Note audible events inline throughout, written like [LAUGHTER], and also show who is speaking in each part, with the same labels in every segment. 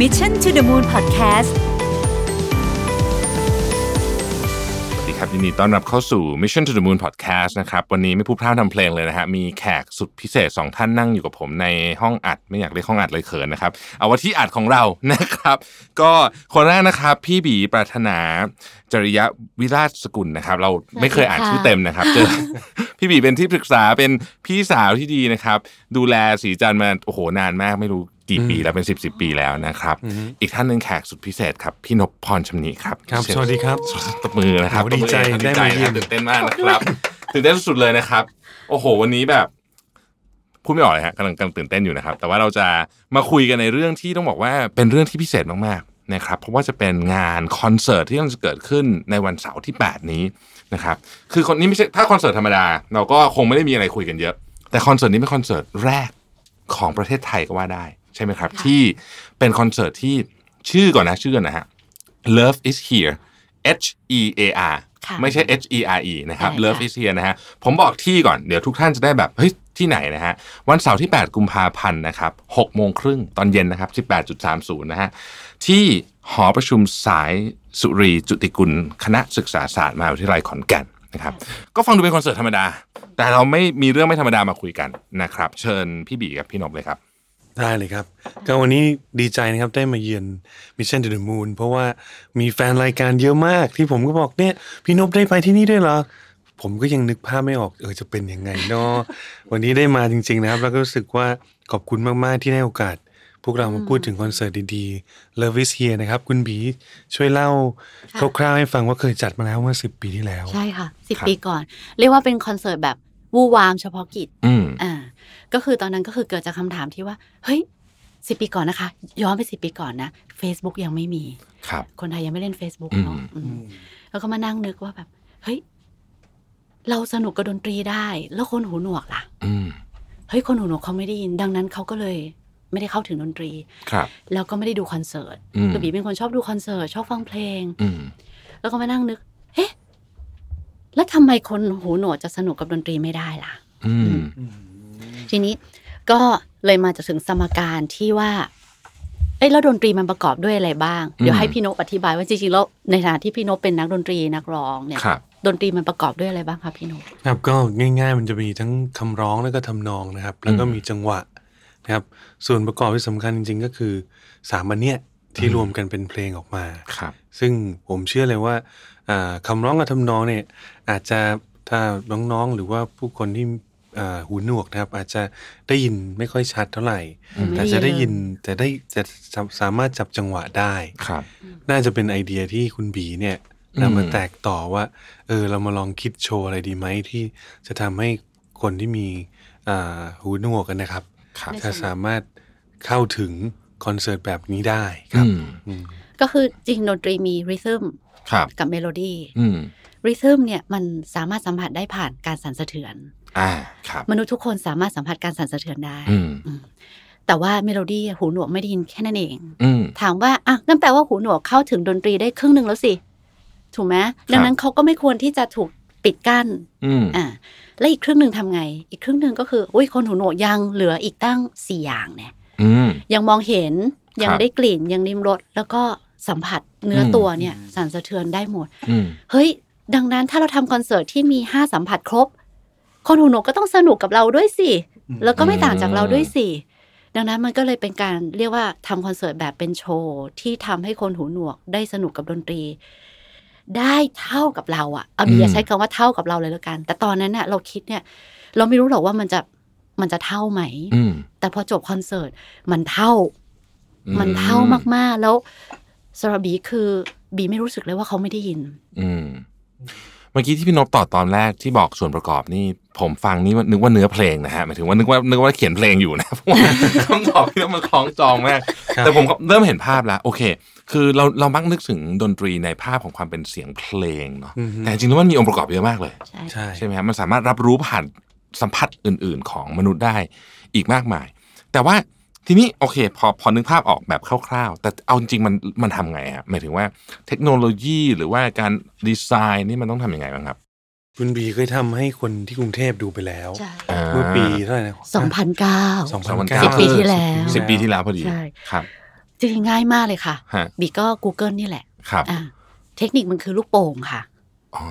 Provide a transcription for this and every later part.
Speaker 1: Mission to the Moon Podcast
Speaker 2: สวัสดีครับยินดีต้อนรับเข้าสู่ Mission to the Moon Podcast นะครับวันนี้ไม่พูดพร่ำทำเพลงเลยนะฮะมีแขกสุดพิเศษสองท่านนั่งอยู่กับผมในห้องอัดไม่อยากเรียกห้องอัดเลยเขินนะครับเอาว่าที่อัดของเรา นะครับ ก็คนแรกนะครับ พี่บีปรารถนาจริยวิราชสกุลนะครับ เราไม่เคยอ่านชื่อเต็มนะครับเจอ พี่บีเป็นที่ปรึกษาเป็นพี่สาวที่ดีนะครับ ดูแลสีจันทร์มาโอ้โหนานมากไม่รู้กี่ปีแล้วเป็นสิบสิบปีแล้วนะครับ อีกท่านหนึ่งแขกสุดพิเศษครับพี่นพพรชำนิครับ
Speaker 3: ครับสวัสดีครับ
Speaker 2: ตบมือนะครับ
Speaker 3: โอ้โหดีใจ
Speaker 2: ตบอ
Speaker 3: ได้
Speaker 2: ดีใจ
Speaker 3: มาเยี่ยม
Speaker 2: ตื่นเต้นมากนะครับตื่นเต้นสุดๆเลยนะครับ โอ้โห วันนี้แบบพูดไม่ออกเลยฮะกำลังกำลังตื่นเต้นอยู่นะครับ แต่ว่าเราจะมาคุยกันในเรื่องที่ต้องบอกว่าเป็นเรื่องที่พิเศษมากๆนะครับ เพราะว่าจะเป็นงานคอนเสิร์ตที่กำลังจะเกิดขึ้นในวันเสาร์ที่ 8 นี้นะครับ คือคนนี้ไม่ใช่ถ้าคอนเสิร์ตธรรมดา เราก็คงไม่ได้มีอะไรคุยกันเยอะ แต่คอนเสิร์ตนี้เป็นคอนเสิร์ตแรกของประเทศไทยก็ว่าได้ ใช่ไหมครับ ที่เป็นคอนเสิร์ตที่ชื่อก่อนนะชื่อก่อนนะฮะ Love is here H E A R
Speaker 1: ค่ะ
Speaker 2: ไม่ใช่ H E R E นะครับ
Speaker 1: ใช่ค่ะ
Speaker 2: Love is here นะฮะ ผมบอกที่ก่อน เดี๋ยวทุกท่านจะได้แบบ เฮ้ย ที่ไหนนะฮะ วันเสาร์ที่ 8 กุมภาพันธ์นะครับ6โมงครึ่งตอนเย็นนะครับ 18.30 นะฮะ ที่หอประชุมสายสุรีจุติกุล คณะศึกษาศาสตร์มหาวิทยาลัยขอนแก่นนะครับ ก็ฟังดูเป็นคอนเสิร์ตธรรมดา แต่เราไม่มีเรื่องไม่ธรรมดามาคุยกันนะครับ เชิญพี่บีกับพี่นพเลยครับ
Speaker 3: ได้เลยครับ ก็วันนี้ดีใจนะครับได้มาเยือน Mission to the Moon เพราะว่ามีแฟนรายการเยอะมากที่ผมก็บอกเนี่ย พี่นพได้ไปที่นี่ด้วยเหรอ ผมก็ยังนึกภาพไม่ออกเออจะเป็นยังไงเนาะ [LAUGHS] วันนี้ได้มาจริง ๆ นะครับ แล้วก็รู้สึกว่าขอบคุณมาก ๆ ที่ได้โอกาส พวกเรามาพูดถึงคอนเสิร์ตดีๆ Love is here นะครับ คุณบีช่วยเล่า
Speaker 4: ค่ะ
Speaker 3: คร่าวๆให้ฟังว่าเคยจัดมาแล้วเมื่อ10 ปีที่แล้ว
Speaker 4: ใช่ค่ะสิบ
Speaker 2: ครับ
Speaker 4: ปีก่อน เรียกว่าเป็นคอนเสิร์ตแบบวู่วามเฉพาะกิจ
Speaker 2: อืม
Speaker 4: อ่าก็คือตอนนั้นก็คือเกิดจากคำถามที่ว่า เฮ้ยสิปีก่อนนะคะ ย้อนไปสิปีก่อนนะ Facebook ยังไม่มี
Speaker 2: ครับ
Speaker 4: คนไทยยังไม่เล่น Facebook
Speaker 2: อืม
Speaker 4: เนาะอืมแล้วก็มานั่งนึกว่าแบบ เฮ้ย เราสนุกกับดนตรีได้ แล้วคนหูหนวกล่ะ
Speaker 2: อืม
Speaker 4: เฮ้ย คนหูหนวกเขาไม่ได้ยิน ดังนั้นเขาก็เลยไม่ได้เข้าถึงดนตรี
Speaker 2: ครับ
Speaker 4: แล้วก็ไม่ได้ดูคอนเสิร์ต
Speaker 2: อืม
Speaker 4: คือบีเป็นคนชอบดูคอนเสิร์ตชอบฟังเพลง
Speaker 2: อืม
Speaker 4: แล้วก็มานั่งนึก เอ๊ะ แล้วทำไมคนหูหนวกจะสนุกกับดนตรีไม่ได้ล่ะ
Speaker 2: อืม
Speaker 4: ทีนี้ก็เลยมาจะถึงสมการที่ว่า เอ้ยแล้วดนตรีมันประกอบด้วยอะไรบ้าง เดี๋ยวให้พี่นกอธิบายว่าจริงๆแล้วในฐานะที่พี่นกเป็นนักดนตรีนักร้องเนี่ย
Speaker 2: ครับ
Speaker 4: ดนตรีมันประกอบด้วยอะไรบ้างคะพี่นก
Speaker 3: ครับก็ง่ายๆ มันจะมีทั้งคำร้องแล้วก็ทำนองนะครับ แล้วก็
Speaker 2: อืม
Speaker 3: มีจังหวะนะครับ ส่วนประกอบที่สำคัญจริงๆ ก็คือสามอันเนี้ยที่
Speaker 2: อืม
Speaker 3: รวมกันเป็นเพลงออกมา
Speaker 2: ครับ
Speaker 3: ซึ่งผมเชื่อเลยว่าอ่าคำาร้องกับทำนองเนี่ยอาจจะถ้าน้องๆหรือว่าผู้คนที่อ่าหูหนวกนะครับ อาจจะได้ยินไม่ค่อยชัดเท่าไหร่
Speaker 2: อืม
Speaker 3: แต่จะได้ยินแต่ได้จะสามารถจับจังหวะได้
Speaker 2: ครับ
Speaker 3: น่าจะเป็นไอเดียที่คุณบีเนี่ย
Speaker 2: อืม
Speaker 3: นำมาแตกต่อว่า เออ เรามาลองคิดโชว์อะไรดีไหมที่จะทำให้คนที่มีอ่าหูหนวกกันนะครับ
Speaker 2: ครับ
Speaker 3: จะสามารถเข้าถึงคอนเสิร์ตแบบนี้ได้ค
Speaker 2: อื
Speaker 3: รับ
Speaker 2: ม
Speaker 3: อืม
Speaker 4: ก็คือจริงดนตรีมีริทึม
Speaker 2: ครับ
Speaker 4: กับเมโลดี้
Speaker 2: อืม
Speaker 4: ริทึมเนี่ยมันสามารถสัมผัสได้ผ่านการสั่นสะเทือน
Speaker 2: อ่า ครับ
Speaker 4: มนุษย์ทุกคนสามารถสัมผัสการสั่นสะเทือนได้
Speaker 2: อืม
Speaker 4: อืมแต่ว่าเมโลดี้หูหนวกไม่ได้ยินแค่นั้นเอง
Speaker 2: อืม
Speaker 4: ถามว่าอ่ะนั่นแปลว่าหูหนวกเข้าถึงดนตรีได้ครึ่งหนึ่งแล้วสิ ถูกไหมดังนั้นเขาก็ไม่ควรที่จะถูกปิดกั้น
Speaker 2: อืม
Speaker 4: อ่าและอีกครึ่งหนึ่งทำไง อีกครึ่งหนึ่งก็คืออุ้ยคนหูหนวกยังเหลืออีกตั้งสี่อย่างเนี่ย
Speaker 2: อืม
Speaker 4: ยังมองเห็นยัง
Speaker 2: ครับ
Speaker 4: ได้กลิ่นยังริมรสแล้วก็สัมผัสเนื้ออ
Speaker 2: ม
Speaker 4: ตัวเนี่ยสั่นสะเทือนได้หมด
Speaker 2: อืม
Speaker 4: เฮ้ย ดังนั้นถ้าเราทำคอนเสิร์ตที่มี 5 สัมผัสครบ คนหูหนวกก็ต้องสนุกกับเราด้วยสิ
Speaker 3: อืม
Speaker 4: แล้วก็ไม่ต่างจากเราด้วย
Speaker 2: อืม
Speaker 4: สิ ดังนั้นมันก็เลยเป็นการเรียกว่าทำคอนเสิร์ตแบบเป็นโชว์ ที่ทำให้คนหูหนวกได้สนุกกับดนตรี ได้เท่ากับเราอะเอาบีอย่าใช้คำว่าเท่ากับเราเลยแล้วกัน แต่ตอนนั้นเนี่ยเราคิดเนี่ย เราไม่รู้หรอกว่ามันจะมันจะเท่าไหม
Speaker 2: อืม
Speaker 4: แต่พอจบคอนเสิร์ตมันเท่า
Speaker 2: อืม
Speaker 4: มันเท่ามากๆ แล้วสำหรับบีคือบีไม่รู้สึกเลยว่าเขาไม่ได้ยิน
Speaker 2: อืม เมื่อกี้ที่พี่นพต่อตอนแรกที่บอกส่วนประกอบนี่ ผมฟังนี่ว่านึกว่าเนื้อเพลงนะฮะหมายถึงว่านึกว่านึกว่าเขียนเพลงอยู่นะ [LAUGHS] เพราะว่าคำตอบพี่นพมันคล้องจองมาก
Speaker 3: ครับ
Speaker 2: แต่ผมก็เริ่มเห็นภาพแล้ว โอเค คือเราเรามักนึกถึงดนตรีในภาพของความเป็นเสียงเพลงเนาะ
Speaker 3: อือฮึ
Speaker 2: แต่จริงๆแล้วมันมีองค์ประกอบเยอะมากเลย
Speaker 4: ใช่
Speaker 3: ใช่
Speaker 2: ใช่ไหมครับมันสามารถรับรู้ผ่านสัมผัสอื่น ๆ ของมนุษย์ได้อีกมากมาย แต่ว่าทีนี้โอเค พอพอนึกภาพออกแบบคร่าว ๆ แต่เอาจริงๆมันมันทำไงฮะหมายถึงว่าเทคโนโลยีหรือว่าการดีไซน์นี่มันต้องทำยังไงบ้างครับ
Speaker 3: คุณบีเคยทำให้คนที่กรุงเทพดูไปแล้ว
Speaker 4: ใช่
Speaker 3: เมื่อปี
Speaker 2: า
Speaker 3: เท่าไหร่นะ
Speaker 4: 2009
Speaker 3: สองพัน
Speaker 2: สิ
Speaker 3: เก้า
Speaker 2: บปีที่แล้ว
Speaker 4: ว
Speaker 2: สิบปีที่แล้วพอดี
Speaker 4: ใช่
Speaker 2: ครับ
Speaker 4: จริงๆง่ายมากเลยค่ะ
Speaker 2: ฮะ
Speaker 4: บีก็ Google นี่แหละ
Speaker 2: ครับ
Speaker 4: อ่าเทคนิคมันคือลูกโป่งค่ะ
Speaker 2: อ๋อ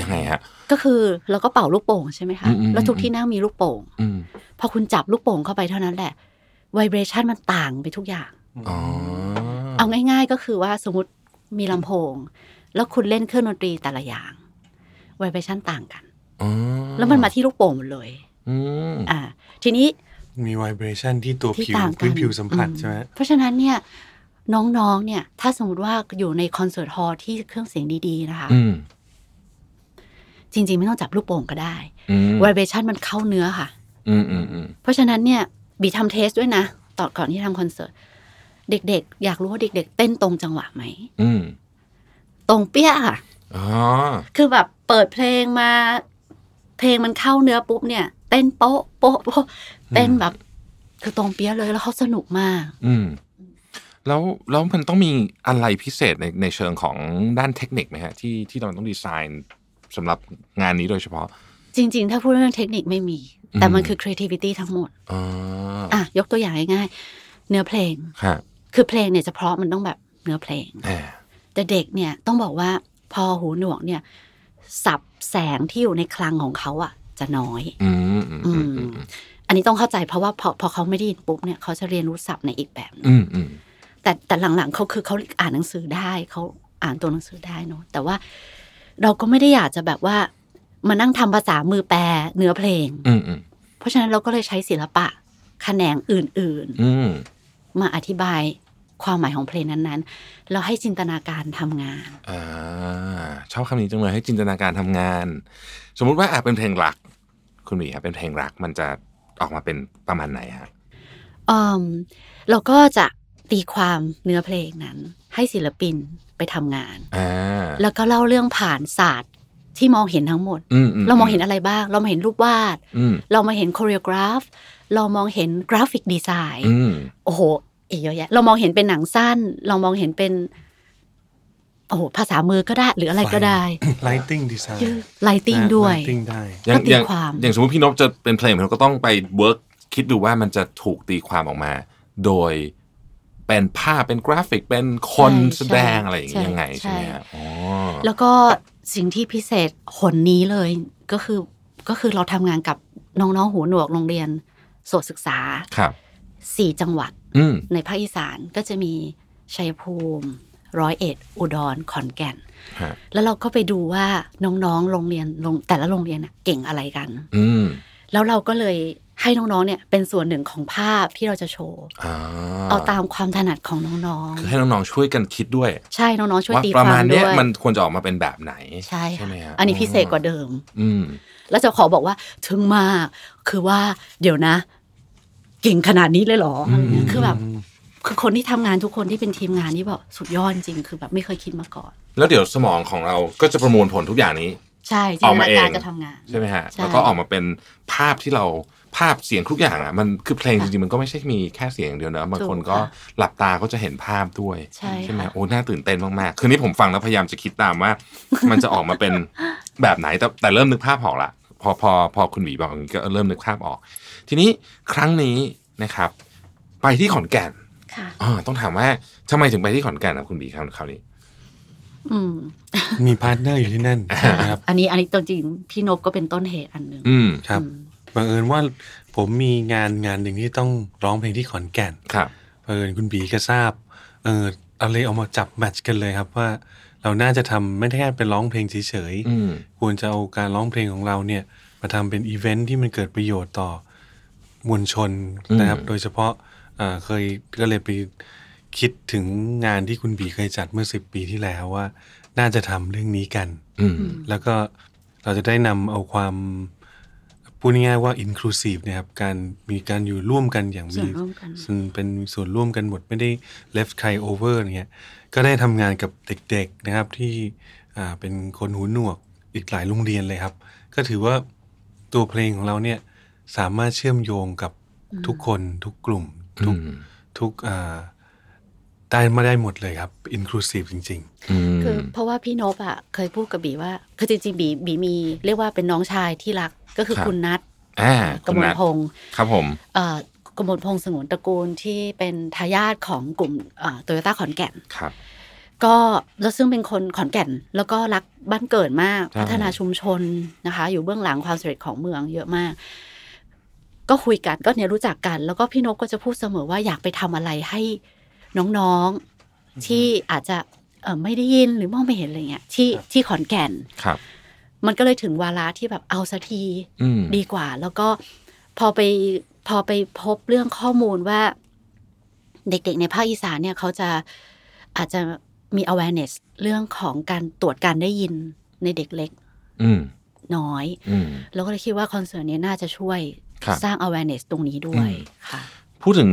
Speaker 2: ยังไงฮะ
Speaker 4: ก็คือเราก็เป่าลูกโป่งใช่ไหมคะ
Speaker 2: อืมอืม
Speaker 4: แล้วทุกที่นั่งมีลูกโป่ง
Speaker 2: อืม
Speaker 4: พอคุณจับลูกโป่งเข้าไปเท่านั้นแหละไวเบรชันมันต่างไปทุกอย่าง
Speaker 2: อ๋อ
Speaker 4: เอาง่าย ๆ ก็คือว่าสมมติมีลำโพง แล้วคุณเล่นเครื่องดนตรีแต่ละอย่างไวเบรชันต่างกัน
Speaker 2: อ๋อ
Speaker 4: แล้วมันมาที่ลูกโป่งหมดเลย
Speaker 2: อืม
Speaker 4: อ่า ทีนี้
Speaker 3: มีไวเบรชันที่ตัว
Speaker 4: ที่
Speaker 3: ผิว
Speaker 4: ต่างกั
Speaker 3: พื้
Speaker 4: น
Speaker 3: นผิวสัมผัส
Speaker 4: อื
Speaker 3: ใช่ไหม
Speaker 4: เพราะฉะนั้นเนี่ยน้องๆเนี่ย ถ้าสมมติว่าอยู่ในคอนเสิร์ตฮอลล์ที่เครื่องเสียงดีๆนะคะ
Speaker 2: อืม
Speaker 4: จริง ๆ ไม่ต้องจับลูกโป่งก็ได้
Speaker 2: อืม
Speaker 4: ไวเบรชันมันเข้าเนื้อค่ะ
Speaker 2: อืมอืมอืม
Speaker 4: เพราะฉะนั้นเนี่ยบีทำเทสด้วยนะตอนก่อนที่ทำคอนเสิร์ตเด็กๆ อยากรู้ว่าเด็ก ๆ เต้นตรงจังหวะไหม
Speaker 2: อืม
Speaker 4: ตรงเปี้ยค่ะ
Speaker 2: อ๋อ
Speaker 4: คือแบบเปิดเพลงมา เพลงมันเข้าเนื้อปุ๊บเนี่ย เต้นโป๊ะโป๊ะโป๊ะเต้นแบบ คือตรงเปี้ยเลยแล้วเขาสนุกมาก
Speaker 2: อืมแล้วแล้วมันต้องมีอะไรพิเศษในในเชิงของด้านเทคนิคไหมฮะที่ที่เราต้องดีไซน์สำหรับงานนี้โดยเฉพาะ
Speaker 4: จริง ๆ ถ้าพูดเรื่องเทคนิคไม่มี
Speaker 2: อืม
Speaker 4: แต่มันคือ creativity ทั้งหมด
Speaker 2: อ๋อ
Speaker 4: อ่ะ ยกตัวอย่างง่ายๆเนื้อเพลง
Speaker 2: ค่ะ
Speaker 4: คือเพลงเนี่ยจะเพราะมันต้องแบบเนื้อเพลง
Speaker 2: แหม
Speaker 4: แต่เด็กเนี่ยต้องบอกว่าพอหูหนวกเนี่ยสับแสงที่อยู่ในคลังของเขาอ่ะ จะน้อย
Speaker 2: อืมอืม
Speaker 4: อื
Speaker 2: อื
Speaker 4: ม
Speaker 2: มอืม
Speaker 4: อันนี้ต้องเข้าใจเพราะว่าพอพอเขาไม่ได้ยินปุ๊บเนี่ยเขาจะเรียนรู้ศัพท์ในอีกแบบหนึ่ง
Speaker 2: อืมอืม
Speaker 4: แต่แต่หลังๆเขาคือเขาอ่านหนังสือได้เขาอ่านตัวหนังสือได้เนอะแต่ว่าเราก็ไม่ได้อยากจะแบบว่ามานั่งทำภาษามือแปลเนื้อเพลง
Speaker 2: อืมอืม
Speaker 4: เพราะฉะนั้นเราก็เลยใช้ศิลปะแขนงอื่น
Speaker 2: อืม
Speaker 4: ๆ มาอธิบายความหมายของเพลงนั้นๆ เราให้จินตนาการทำงาน
Speaker 2: อ่าชอบคำนี้จังเลยให้จินตนาการทำงาน สมมุติว่าอ่ะเป็นเพลงรัก คุณหมีครับเป็นเพลงรักมันจะออกมาเป็นประมาณไหนฮะ
Speaker 4: เอิ่มเราก็จะตีความเนื้อเพลงนั้น ให้ศิลปินไปทำงาน
Speaker 2: อ่า
Speaker 4: แล้วก็เล่าเรื่องผ่านศาสตร์ที่มองเห็นทั้งหมด
Speaker 2: อื
Speaker 4: เรามองเห็นอะไรบ้าง เรามาเห็นรูปวาด
Speaker 2: อืม
Speaker 4: เรามาเห็นโคเรียกราฟ เรามองเห็นกราฟิกดีไซน์
Speaker 2: อืม
Speaker 4: โอ้โหอีกเยอะแยะ เรามองเห็นเป็นหนังสั้น เรามองเห็นเป็นโอ้โหภาษามือก็ได้ หรืออะไรก็ได้
Speaker 3: ไลติงดีไซน์
Speaker 4: ไลติงด้วย
Speaker 3: ติ้งได้
Speaker 2: อย่าง
Speaker 4: ก็ตี
Speaker 2: อย่าง
Speaker 4: ความ
Speaker 2: อย่างสมมติพี่นพจะเป็นเพลงเราก็ต้องไปเวิร์กคิดดูว่ามันจะถูกตีความออกมา โดยเป็นภาพเป็นกราฟิกเป็นคน
Speaker 4: ใช่
Speaker 2: แสดงอะไรอย่างเงี้ย
Speaker 4: ใช่
Speaker 2: ยังไงใช่ไหม
Speaker 4: ใช่
Speaker 2: ฮะอ๋อ
Speaker 4: แล้วก็สิ่งที่พิเศษหนนี้เลยก็คือก็คือเราทำงานกับน้องๆหูหนวกโรงเรียนโสตศึกษา
Speaker 2: ครับ
Speaker 4: 4 จังหวัด
Speaker 2: อืม
Speaker 4: ในภาคอีสานก็จะมีชัยภูมิ ร้อยเอ็ด อุดรขอนแก่น
Speaker 2: ฮะ
Speaker 4: แล้วเราก็ไปดูว่าน้องๆ โรงเรียนโรงแต่ละโรงเรียนน่ะเก่งอะไรกัน
Speaker 2: อืม
Speaker 4: แล้วเราก็เลยให้น้องๆ เนี่ยเป็นส่วนหนึ่งของภาพที่เราจะโชว์
Speaker 2: อ่า
Speaker 4: เอาตามความถนัดของน้อง
Speaker 2: คือให้น้องๆช่วยกันคิดด้วย
Speaker 4: ๆ ใช่น้องๆ ช่วย
Speaker 2: ว่า
Speaker 4: ตีค
Speaker 2: ป
Speaker 4: วาม
Speaker 2: ระาม ณ
Speaker 4: ด้
Speaker 2: เนี้ย
Speaker 4: วย
Speaker 2: มันควรจะออกมาเป็นแบบไหน
Speaker 4: ใช่ค่ะ
Speaker 2: ไหมฮะ
Speaker 4: อันนี้พิเศษกว่าเดิม
Speaker 2: อืม
Speaker 4: แล้วจะขอบอกว่าถึงมาก คือว่าเดี๋ยวนะ เก่งขนาดนี้เลยเหรออะไรเงี้ยคือแบบคือคนที่ทำงานทุกคนที่เป็นทีมงานนี่แบบสุดยอดจริงๆคือแบบไม่เคยคิดมาก่อน
Speaker 2: แล้วเดี๋ยวสมองของเราก็จะประมวลผลทุกอย่างนี้
Speaker 4: ใช่จิ
Speaker 2: อน อกมาน
Speaker 4: ตาก
Speaker 2: เอง
Speaker 4: การจะทำงาน
Speaker 2: ใช่ไหมฮะ
Speaker 4: ใช่
Speaker 2: แล้วก็ออกมาเป็นภาพที่เราภาพเสียงทุกอย่างอ่ะ มันคือเพลงจ
Speaker 4: ค่ะ
Speaker 2: ริงๆ มันก็ไม่ใช่มีแค่เสียงอย่างเดียวนะบางคน
Speaker 4: ถูกค่ะ
Speaker 2: ก็หลับตาก็จะเห็นภาพด้วย
Speaker 4: ใช่
Speaker 2: ไหม
Speaker 4: ค่ะ
Speaker 2: โอ้น่าตื่นเต้นมากๆ คืนนี้ผมฟังแล้วพยายามจะคิดตามว่า [LAUGHS] มันจะออกมาเป็น [LAUGHS] แบบไหนแต่แต่เริ่มนึกภาพออกละพอพอพอคุณหวีบอกอย่างนี้ก็เริ่มนึกภาพออก ทีนี้ครั้งนี้นะครับ ไปที่ขอนแก่น
Speaker 4: ค่ะ
Speaker 2: อ่าต้องถามว่าทำไมถึงไปที่ขอนแก่นครับคุณหวีครับคราวนี้
Speaker 4: อืม
Speaker 3: มีพาร์ทเนอร์อยู่ที่นั่นนะครับ
Speaker 4: อันนี้อันนี้ตัวจริงพี่นบก็เป็นต้นเหตุอันหนึ่ง
Speaker 2: อืม
Speaker 3: ครับ
Speaker 4: อืม
Speaker 3: บังเอิญว่าผมมีงานงานหนึ่งที่ต้องร้องเพลงที่ขอนแก่น
Speaker 2: ครับ
Speaker 3: เอิญคุณบีก็ทราบ เออเอาเลยเอามาจับแมทช์กันเลยครับว่า เราน่าจะทำไม่ได้แค่เป็นร้องเพลงเฉย
Speaker 2: อืม
Speaker 3: ๆ ควรจะเอาการร้องเพลงของเราเนี่ย มาทำเป็นอีเวนท์ที่มันเกิดประโยชน์ต่อมวลชนนะครับ โดยเฉพาะเอ่อเคยก็เลยไปคิดถึงงานที่คุณบีเคยจัดเมื่อสิบปีที่แล้วว่า น่าจะทำเรื่องนี้กัน
Speaker 2: อืม
Speaker 3: แล้วก็เราจะได้นำเอาความพูดง่ายๆว่า inclusive นะครับการมีการอยู่ร่วมกันอย่าง
Speaker 4: ส่
Speaker 3: มี
Speaker 4: วนร่วมกัน
Speaker 3: ซึ่งเป็นส่วนร่วมกันหมดไม่ได้ left ใคร over อย่างเงี้ยก็ได้ทำงานกับเด็กๆนะครับที่อ่าเป็นคนหูหนวกอีกหลายโรงเรียนเลยครับ ก็ถือว่าตัวเพลงของเราเนี่ยสามารถเชื่อมโยงกับทุกคนทุกกลุ่ม ทุก
Speaker 2: อืม
Speaker 3: ทุกอ่าได้มาได้หมดเลยครับ inclusive จริง
Speaker 2: อืม
Speaker 4: คือเพราะว่าพี่นบอ่ะเคยพูดกับบีว่าคือจริงๆบีบีมี เรียกว่าเป็นน้องชายที่รักก็คือ
Speaker 2: ครับ
Speaker 4: คุณนัท
Speaker 2: อ่าก
Speaker 4: มล
Speaker 2: นัท
Speaker 4: พงศ์
Speaker 2: ครับผม
Speaker 4: เอ่อ กมลพงศ์สงวนตระกูลที่เป็นทายาทของกลุ่มโตโยต้า Toyota ขอนแก่น
Speaker 2: ครับ
Speaker 4: ก็แล้วซึ่งเป็นคนขอนแก่น แล้วก็รักบ้านเกิดมาก
Speaker 2: ใช่
Speaker 4: พัฒนาชุมชนนะคะ อยู่เบื้องหลังความสำเร็จของเมืองเยอะมาก ก็คุยกันก็เนี่ยรู้จักกัน แล้วก็พี่นกก็จะพูดเสมอว่าอยากไปทำอะไรให้น้องๆที่อาจจะเอ่อไม่ได้ยินหรือมองไม่เห็นอะไรเงี้ยที่ที่ขอนแก่น
Speaker 2: ครับ
Speaker 4: มันก็เลยถึงวาระที่แบบเอาสักที
Speaker 2: อืม
Speaker 4: ดีกว่า แล้วก็พอไปพอไปพบเรื่องข้อมูลว่า เด็กๆ ในภาคอีสานเนี่ยเขาจะอาจจะมี awareness เรื่องของการตรวจการได้ยินในเด็กเล็ก
Speaker 2: อืม
Speaker 4: น้อย
Speaker 2: อืม
Speaker 4: เราก็เลยคิดว่าคอนเสิร์ตเนี้น่าจะช่วย
Speaker 2: ครับ
Speaker 4: สร้าง awareness ตรงนี้ด้วย
Speaker 2: อืม
Speaker 4: ค่ะ
Speaker 2: พูดถึง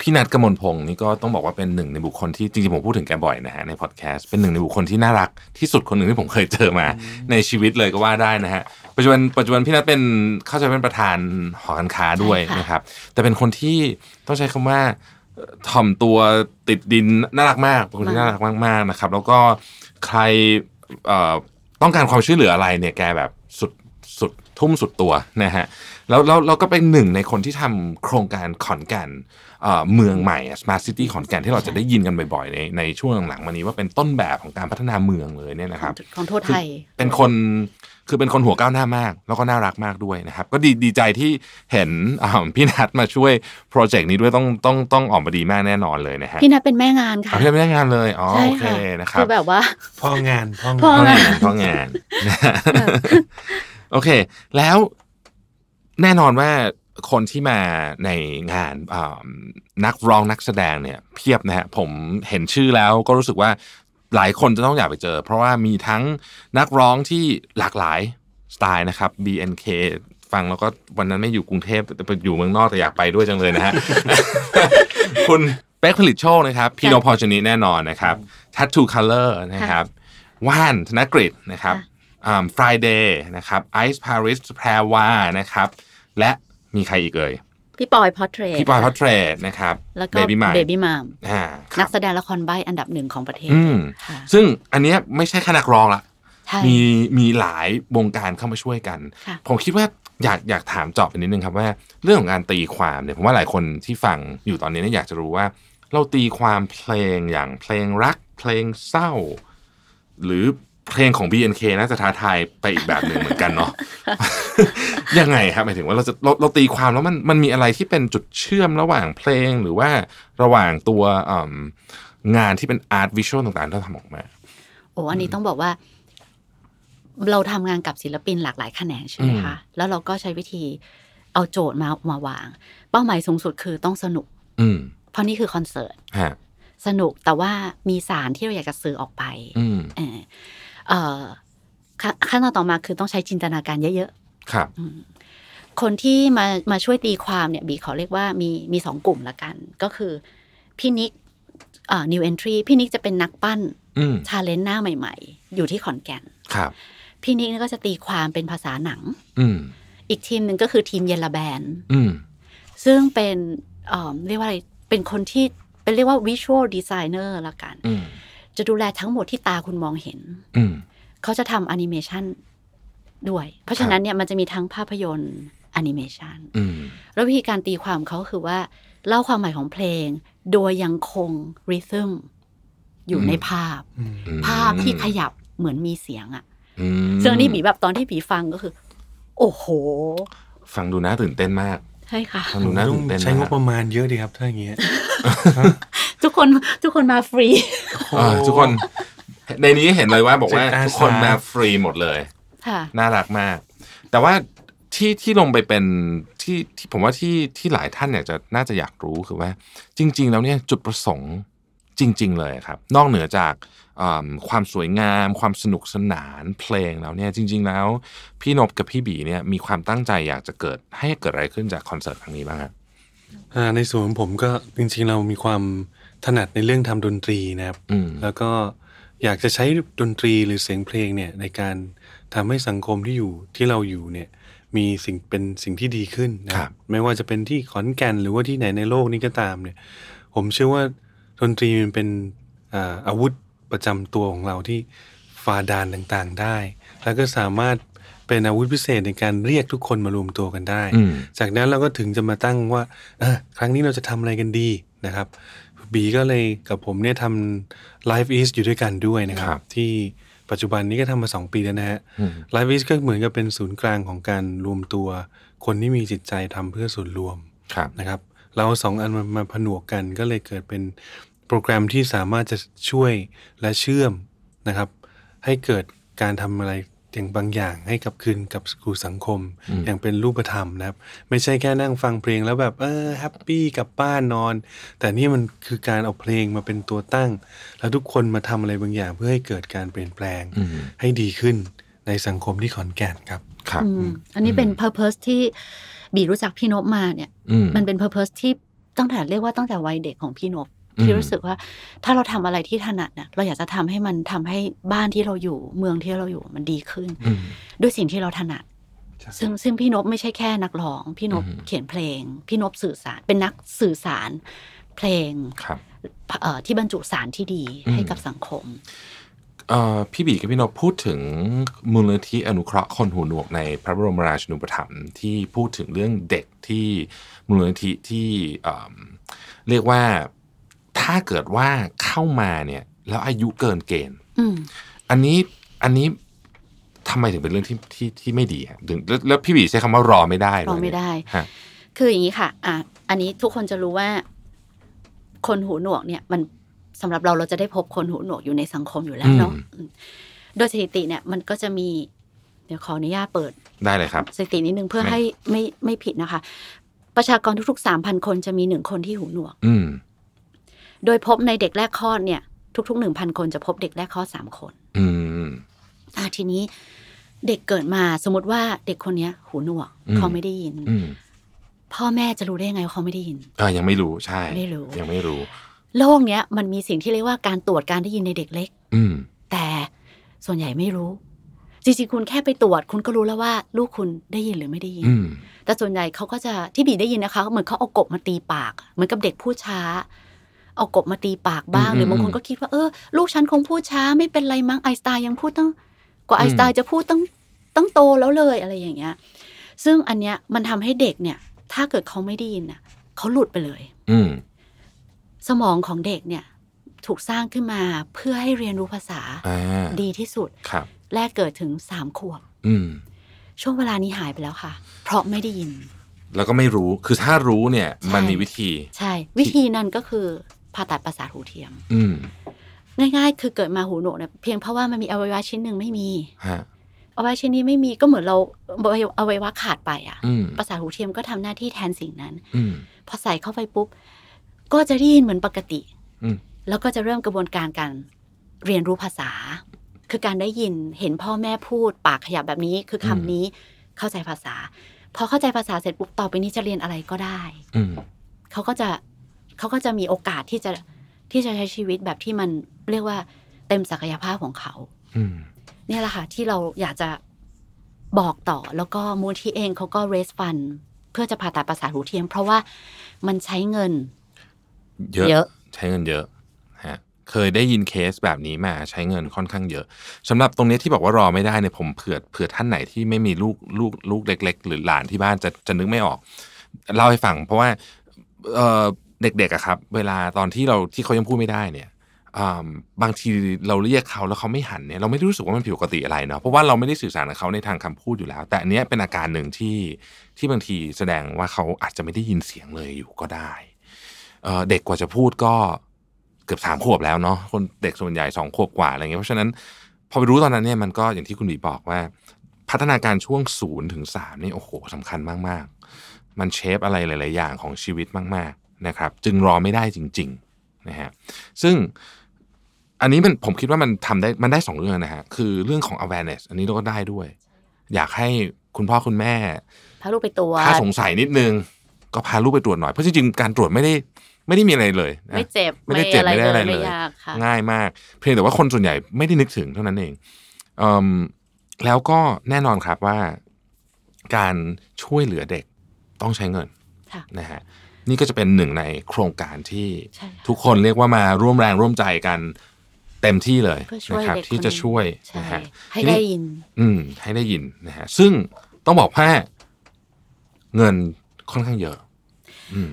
Speaker 2: พี่นัทกมลพงศ์นี่ก็ต้องบอกว่าเป็นหนึ่งในบุคคลที่จริงๆผมพูดถึงแกบ่อยนะฮะในพอดแคสต์เป็นหนึ่งในบุคคลที่น่ารักที่สุดคนหนึ่งที่ผมเคยเจอมา ในชีวิตเลยก็ว่าได้นะฮะปัจจุบันปัจจุบันพี่นัทเป็นเข้าใจเป็นประธานหอการค้าด้วย
Speaker 4: ใช่ค่ะ
Speaker 2: นะครับ แต่เป็นคนที่ต้องใช้คำว่าเอ่อถ่อมตัวติดดินน่ารักมากเป็นคนที่น่ารักมากๆนะครับ แล้วก็ใครเอ่อต้องการความช่วยเหลืออะไรเนี่ยแกแบบสุดสุดทุ่มสุดตัวนะฮะ แล้วแล้วเราก็เป็นหนึ่งในคนที่ทำโครงการขอนแก่นเอ่อเมืองใหม่ Smart City ขอนแก่นที่เราจะได้ยินกันบ่อยๆ ในในช่วงหลังๆมานี้ว่าเป็นต้นแบบของการพัฒนาเมืองเลยเนี่ยนะครับ
Speaker 4: ของทั่วไทย
Speaker 2: เป็นคนคือเป็นคนหัวก้าวหน้ามาก แล้วก็น่ารักมากด้วยนะครับ ก็ดีดีใจที่เห็น [LAUGHS] อ่าพี่นัทมาช่วยโปรเจกต์นี้ด้วยต้องต้องต้องออกมาดีมากแน่นอนเลยนะฮะ
Speaker 4: พี่นัทเป็นแม่งาน
Speaker 2: อ่ะ
Speaker 4: ค่ะ
Speaker 2: พี่นัทไม่ได้งานเลยอ๋อ
Speaker 4: ใช่
Speaker 2: โอเค
Speaker 4: ค่ะ
Speaker 2: นะครั
Speaker 4: คื
Speaker 2: บ
Speaker 4: อแบบว่า [LAUGHS]
Speaker 3: พ่องานพ่อ
Speaker 4: พ่อ
Speaker 3: งาน
Speaker 2: เพราะงานเพราะงานนะฮะโอเค แล้วแน่นอนว่าคนที่มาในงานอ่านักร้องนักแสดงเนี่ยเพียบนะฮะผมเห็นชื่อแล้วก็รู้สึกว่าหลายคนจะต้องอยากไปเจอ เพราะว่ามีทั้งนักร้องที่หลากหลายสไตล์นะครับ BNK ฟังแล้วก็วันนั้นไม่อยู่กรุงเทพแต่ไปอยู่เมืองนอกแต่อยากไปด้วยจังเลยนะฮะ [LAUGHS] คุณเป๊กผลิตโชคนะครับ พี่นพพอชนิแน่นอนนะครับ Tattoo Color นะครับ ว่านธนกฤษนะครับ
Speaker 4: ค่ะ
Speaker 2: อ่า Friday นะครับ Ice Paris แพรวานะครับ และมีใครอีกเอ่ย
Speaker 4: พี่ปอยพอเทร
Speaker 2: พี่ปอยพัทเรศนะครับ
Speaker 4: แล้วก็
Speaker 2: Baby m
Speaker 4: เบบี้มาม
Speaker 2: อ่าค
Speaker 4: นั
Speaker 2: รั
Speaker 4: ก
Speaker 2: บ
Speaker 4: แสดงละครใบอันดับหนึ่งของประเทศ
Speaker 2: อืม
Speaker 4: ค่ะ
Speaker 2: ซึ่งอันเนี้ยไม่ใช่แค่นักร้องละ
Speaker 4: ใช่
Speaker 2: มีมีหลายวงการเข้ามาช่วยกัน
Speaker 4: ค่ะ
Speaker 2: ผมคิดว่าอยากอยากถามเจอบไปนิดนึงครับว่าเรื่องของการตีความเนี่ยผมว่าหลายคนที่ฟังอยู่ตอนนี้เนี่ยอยากจะรู้ว่า เราตีความเพลงอย่างเพลงรัก เพลงเศร้า หรือเพลงของ BNK น่าจะท้าทายไปอีกแบบหนึ่งเหมือนกันเนาะ [LAUGHS] ยังไงครับหมายถึงว่าเราจะเราเราตีความแล้วมันมันมีอะไรที่เป็นจุดเชื่อมระหว่างเพลงหรือว่าระหว่างตัวอืมงานที่เป็นอาร์ตวิชวลต่างๆที่เราทำออกมา
Speaker 4: โอ้ อันนี้ต้องบอกว่า เราทำงานกับศิลปินหลากหลายแขนงใช่ไหมคะ แล้วเราก็ใช้วิธีเอาโจทย์มามาวาง เป้าหมายสูงสุดคือต้องสนุก
Speaker 2: อืม
Speaker 4: เพราะนี่คือคอนเสิร์ต
Speaker 2: ฮะ
Speaker 4: สนุกแต่ว่ามีสารที่เราอยากจะสื่อออกไป
Speaker 2: อืม
Speaker 4: เออเอ่อขั้นขั้นตอนต่อมาคือต้องใช้จินตนาการเยอะ
Speaker 2: ครับ
Speaker 4: ๆ คนที่มามาช่วยตีความเนี่ยบีขอเรียกว่ามีมีสองกลุ่มละกัน ก็คือพี่นิกเอ่อ new entry พี่นิกจะเป็นนักปั้น
Speaker 2: อืม
Speaker 4: ชาเลนหน้าใหม่ ๆ อยู่ที่ขอนแก่น
Speaker 2: ครับ
Speaker 4: พี่นิกนี่ก็จะตีความเป็นภาษาหนัง
Speaker 2: อืม
Speaker 4: อีกทีมหนึ่งก็คือทีมเยลลาแบน
Speaker 2: อืม
Speaker 4: ซึ่งเป็นเอ่อเรียกว่าอะไร เป็นคนที่เป็นเรียกว่าวิชวลดีไซเนอร์ละกัน
Speaker 2: อืม
Speaker 4: จะดูแลทั้งหมดที่ตาคุณมองเห็น
Speaker 2: อืม
Speaker 4: เขาจะทำแอนิเมชันด้วย เพราะฉะนั้นเนี่ยมันจะมีทั้งภาพยนตร์แอนิเมชัน
Speaker 2: อืม
Speaker 4: แล้ววิธีการตีความเขาคือว่า เล่าความหมายของเพลง โดยยังคงริทึมอยู่ในภาพ
Speaker 3: อืม
Speaker 4: ภาพที่ขยับเหมือนมีเสียงอะ
Speaker 2: อืม
Speaker 4: ซึ่งอันนี้บีแบบตอนที่บีฟังก็คือ โอ้โห
Speaker 2: ฟังดูน่าตื่นเต้นมาก
Speaker 4: ใช่ค่ะ
Speaker 2: ฟังดูน่า
Speaker 3: ต้อง
Speaker 2: ตื่นเต้น
Speaker 3: ใช้ง
Speaker 2: มา
Speaker 3: บ
Speaker 2: ก
Speaker 3: ประมาณเยอะดีครับถ้าอย่างเงี้ย
Speaker 4: ทุกคนทุกคนมาฟรี
Speaker 2: เออทุกคน ในนี้เห็นเลยว่าบอกว่า ทุกคนมาฟรีหมดเลย
Speaker 4: ค่ะ
Speaker 2: น่ารักมาก แต่ว่าที่ที่ลงไปเป็นที่ที่ผมว่าที่ที่หลายท่านอยากจะน่าจะอยากรู้คือว่า จริง ๆ แล้วเนี่ยจุดประสงค์จริง ๆ เลยครับ นอกเหนือจากอืมความสวยงาม ความสนุกสนานเพลงแล้วเนี่ยจริง ๆ แล้ว พี่นบกับพี่บีเนี่ยมีความตั้งใจอยากจะเกิดให้เกิดอะไรขึ้นจากคอนเสิร์ตครั้งนี้บ้างครับ
Speaker 3: อ่าในส่วนของผมก็จริงๆเรามีความถนัดในเรื่องทำดนตรีนะครับ
Speaker 2: อืม
Speaker 3: แล้วก็อยากจะใช้ดนตรีหรือเสียงเพลงเนี่ยในการทำให้สังคมที่อยู่ที่เราอยู่เนี่ยมีสิ่งเป็นสิ่งที่ดีขึ้นนะค
Speaker 2: ครั
Speaker 3: รั
Speaker 2: บบ
Speaker 3: ไม่ว่าจะเป็นที่ขอนแก่นหรือว่าที่ไหนในโลกนี้ก็ตามเนี่ยผมเชื่อว่าดนตรีมันเป็นอ่าอาวุธประจำตัวของเราที่ฝ่าด่านต่างๆได้ แล้วก็สามารถ เป็นอาวุธพิเศษในการเรียกทุกคนมารวมตัวกันได้
Speaker 2: อืม
Speaker 3: จากนั้นเราก็ถึงจะมาตั้งว่าเอ่อครั้งนี้เราจะทำอะไรกันดีนะครับบีก็เลยกับผมเนี่ยทำ Live East อยู่ด้วยกันด้วยนะค
Speaker 2: ครั
Speaker 3: รับ
Speaker 2: บ
Speaker 3: ที่ปัจจุบันนี้ก็ทำมา 2 ปีแล้วนะฮะ
Speaker 2: อืม
Speaker 3: Live East ก็เหมือนกับเป็นศูนย์กลางของการรวมตัว คนที่มีจิตใจทำเพื่อส่วนรวม
Speaker 2: ครับ
Speaker 3: นะครับ เราเอาสองอันมามาผนวกกันก็เลยเกิดเป็นโปรแกรมที่สามารถจะช่วยและเชื่อมนะครับ ให้เกิดการทำอะไรอย่างบางอย่าง ให้กับคืนกับสู่สังคม อย่างเป็นรูปธรรมนะครับ ไม่ใช่แค่นั่งฟังเพลงแล้วแบบเออแฮปปี้กลับบ้านนอน แต่นี่มันคือการเอาเพลงมาเป็นตัวตั้ง แล้วทุกคนมาทำอะไรบางอย่าง เพื่อให้เกิดการเปลี่ยนแปลง
Speaker 2: อืม
Speaker 3: ให้ดีขึ้นในสังคมที่ขอนแก่นครับ
Speaker 2: ครับ
Speaker 4: อืมอันนี้เป็น purpose ที่บีรู้จักพี่นพมาเนี่ย
Speaker 2: อืม
Speaker 4: มันเป็น purpose ที่ตั้งแต่เรียกว่าตั้งแต่วัยเด็กของพี่นพ
Speaker 2: อืม
Speaker 4: ที่รู้สึกว่า ถ้าเราทำอะไรที่ถนัดนะเราอยากจะทำให้มันทำให้บ้านที่เราอยู่เมืองที่เราอยู่มันดีขึ้น
Speaker 2: อืม
Speaker 4: ด้วยสิ่งที่เราถนัด
Speaker 3: ใช่
Speaker 4: ซึ่งซึ่งพี่นพไม่ใช่แค่นักร้อง พี่นพ
Speaker 2: อือฮึ
Speaker 4: เขียนเพลง พี่นพสื่อสารเป็นนักสื่อสารเพลง
Speaker 2: ครับ
Speaker 4: เอ่อที่บรรจุสารที่ดี
Speaker 2: อืม
Speaker 4: ให้กับสังคม
Speaker 2: เอ่อพี่บีกับพี่นพพูดถึงมูลนิธิอนุเคราะห์คนหูหนวกในพระบรมราชินูปถัมภ์ที่พูดถึงเรื่องเด็กที่มูลนิธิที่เอิ่มเรียกว่าถ้าเกิดว่าเข้ามาเนี่ยแล้วอายุเกินเกณฑ์
Speaker 4: อืม
Speaker 2: อันนี้อันนี้ทำไมถึงเป็นเรื่องที่ที่ที่ไม่ดีฮะถึงแล้วแล้วพี่บีใช้คำว่ารอไม่ได้เลย
Speaker 4: รอไม่ได้
Speaker 2: ฮะ
Speaker 4: คืออย่างนี้ค่ะ อ่ะ อันนี้ทุกคนจะรู้ว่า คนหูหนวกเนี่ย มันสำหรับเราเราจะได้พบคนหูหนวกอยู่ในสังคมอยู่แล้วเนาะ
Speaker 2: อืม
Speaker 4: อืมโดยสถิติเนี่ย มันก็จะมี เดี๋ยวขออนุญาตเปิด
Speaker 2: ได้เลยครับ
Speaker 4: สถิตินิดนึงเพื่อ
Speaker 2: ไม่
Speaker 4: ให้ไม่ไม่ผิดนะคะ ประชากรทุกๆสามพันคนจะมีหนึ่งคนที่หูหนวก
Speaker 2: อืม
Speaker 4: โดยพบในเด็กแรกคลอดเนี่ย ทุกๆหนึ่งพันคนจะพบเด็กแรกคลอดสามคน
Speaker 2: อืม
Speaker 4: อ่ะทีนี้เด็กเกิดมาสมมติว่าเด็กคนเนี้ย หูหนวก
Speaker 2: อืม
Speaker 4: เขาไม่ได้ยิน
Speaker 2: อืม
Speaker 4: พ่อแม่จะรู้ได้ยังไงว่าเขาไม่ได้ยิน
Speaker 2: เออยังไม่รู้ใช่
Speaker 4: ไม่รู้
Speaker 2: ยังไม่รู้
Speaker 4: โลกเนี้ยมันมีสิ่งที่เรียกว่าการตรวจการได้ยินในเด็กเล็ก
Speaker 2: อืม
Speaker 4: แต่ส่วนใหญ่ไม่รู้ จริงๆคุณแค่ไปตรวจคุณก็รู้แล้วว่า ลูกคุณได้ยินหรือไม่ได้ยิน
Speaker 2: อืม
Speaker 4: แต่ส่วนใหญ่เขาก็จะที่บีได้ยินนะคะเหมือนเขาเอากบมาตีปาก เหมือนกับเด็กพูดช้า เอากบมาตีปากบ้าง
Speaker 2: อืม
Speaker 4: หรือบางคน
Speaker 2: อืม
Speaker 4: ก็คิดว่าเออลูกฉันคงพูดช้า ไม่เป็นไรมั้งไอน์สไตน์ยังพูดตั้งกว่า
Speaker 2: อืม
Speaker 4: ไอน์สไตน์จะพูดตั้งตั้งโตแล้วเลยอะไรอย่างเงี้ย ซึ่งอันเนี้ยมันทำให้เด็กเนี่ย ถ้าเกิดเขาไม่ได้ยินน่ะเขาหลุดไปเลย
Speaker 2: อืม
Speaker 4: สมองของเด็กเนี่ย ถูกสร้างขึ้นมาเพื่อให้เรียนรู้ภาษา
Speaker 2: อ่า
Speaker 4: ดีที่สุด
Speaker 2: ครับ
Speaker 4: แรกเกิดถึงสามขวบ
Speaker 2: อืม
Speaker 4: ช่วงเวลานี้หายไปแล้วค่ะ เพราะไม่ได้ยิน
Speaker 2: แล้วก็ไม่รู้ คือถ้ารู้เนี่ย
Speaker 4: ใช่
Speaker 2: มันมีวิธี
Speaker 4: ใช่ วิธีนั้นก็คือผ่าตัดประสาทหูเทียม
Speaker 2: อืม
Speaker 4: ง่ายๆ คือเกิดมาหูหนวกเนี่ยเพียงเพราะว่ามันมีอวัยวะชิ้นหนึ่งไม่มี
Speaker 2: ฮะ
Speaker 4: อวัยวะชิ้นนี้ไม่มีก็เหมือนเราอวัยวะขาดไปอะ
Speaker 2: อืม
Speaker 4: ประสาทหูเทียมก็ทำหน้าที่แทนสิ่งนั้น
Speaker 2: อืม
Speaker 4: พอใส่เข้าไปปุ๊บ ก็จะได้ยินเหมือนปกติ
Speaker 2: อืม
Speaker 4: แล้วก็จะเริ่มกระบวนการการเรียนรู้ภาษา คือการได้ยินเห็นพ่อแม่พูด ปากขยับแบบนี้คือคำนี้เข้าใจภาษา พอเข้าใจภาษาเสร็จปุ๊บต่อไปนี้จะเรียนอะไรก็ได้
Speaker 2: อืม
Speaker 4: เขาก็จะเขาก็จะมีโอกาสที่จะที่จะใช้ชีวิตแบบที่มันเรียกว่าเต็มศักยภาพของเขา
Speaker 2: อืม
Speaker 4: เนี่ยแหละค่ะ ที่เราอยากจะบอกต่อแล้วก็มูลที่เองเขาก็ raise fund เพื่อจะผ่าตัดประสาทหูเทียม เพราะว่ามันใช้เงิน
Speaker 2: เยอะ
Speaker 4: เยอะ
Speaker 2: ใช้เงินเยอะ ฮะ เคยได้ยินเคสแบบนี้มาใช้เงินค่อนข้างเยอะสำหรับตรงนี้ที่บอกว่ารอไม่ได้เนี่ยผมเผื่อเผื่อท่านไหนที่ไม่มีลูกลูกลูกเล็ก ๆ หรือหลานที่บ้านจะจะนึกไม่ออก เล่าให้ฟัง เพราะว่าเอ่อเด็กๆอะครับ เวลาตอนที่เราที่เขายังพูดไม่ได้เนี่ย อ่าบางทีเราเรียกเขาแล้วเขาไม่หันเนี่ยเราไม่รู้สึกว่ามันผิดปกติอะไรเนาะเพราะว่าเราไม่ได้สื่อสารกับเขาในทางคำพูดอยู่แล้ว แต่อันเนี้ยเป็นอาการหนึ่งที่ที่บางทีแสดงว่าเขาอาจจะไม่ได้ยินเสียงเลยอยู่ก็ได้เอ่อเด็กกว่าจะพูดก็เกือบสามขวบแล้วเนาะคนเด็กส่วนใหญ่สองขวบกว่าอะไรเงี้ยเพราะฉะนั้นพอไปรู้ตอนนั้นเนี่ยมันก็อย่างที่คุณบีบอกว่า พัฒนาการช่วงศูนย์ถึงสามนี่โอ้โหสำคัญมากๆ มันเชฟอะไรหลาย ๆ อย่างของชีวิตมากๆนะครับ จึงรอไม่ได้จริง ๆนะฮะซึ่ง อันนี้มันผมคิดว่ามันทำได้มันได้สองเรื่องนะฮะ คือเรื่องของ awareness อันนี้เราก็ได้ด้วย อยากให้คุณพ่อคุณแม่
Speaker 4: พาลูกไปตัวจ
Speaker 2: ถ้าสงสัยนิดนึง ก็พาลูกไปตรวจหน่อย เพราะจริงๆ การตรวจไม่ได้ไม่ได้มีอะไรเลยนะ
Speaker 4: ไม่เจ็บ
Speaker 2: ไม่ได้เจ็บไม่ได้อะไรเลย
Speaker 4: ไม่ยากค่ะ
Speaker 2: ง่ายมาก เพียงแต่ว่าคนส่วนใหญ่ไม่ได้นึกถึงเท่านั้นเองเอมแล้วก็แน่นอนครับว่า การช่วยเหลือเด็กต้องใช้เงิน
Speaker 4: ค่ะ
Speaker 2: นะฮะนี่ก็จะเป็นหนึ่งในโครงการที่
Speaker 4: ใช่ค่ะ
Speaker 2: ทุกคนเรียกว่ามาร่วมแรงร่วมใจกัน เต็มที่เลย
Speaker 4: เพื่อช่วย
Speaker 2: นะครับ
Speaker 4: เด็กคน
Speaker 2: ที่จะ
Speaker 4: หนึ่ง
Speaker 2: ช่วย
Speaker 4: ใช่
Speaker 2: นะฮะ
Speaker 4: ให้
Speaker 2: ทีนี้
Speaker 4: ได้ยิน
Speaker 2: อืมให้ได้ยินนะฮะซึ่งต้องบอกว่าเงินค่อนข้างเยอะ อืม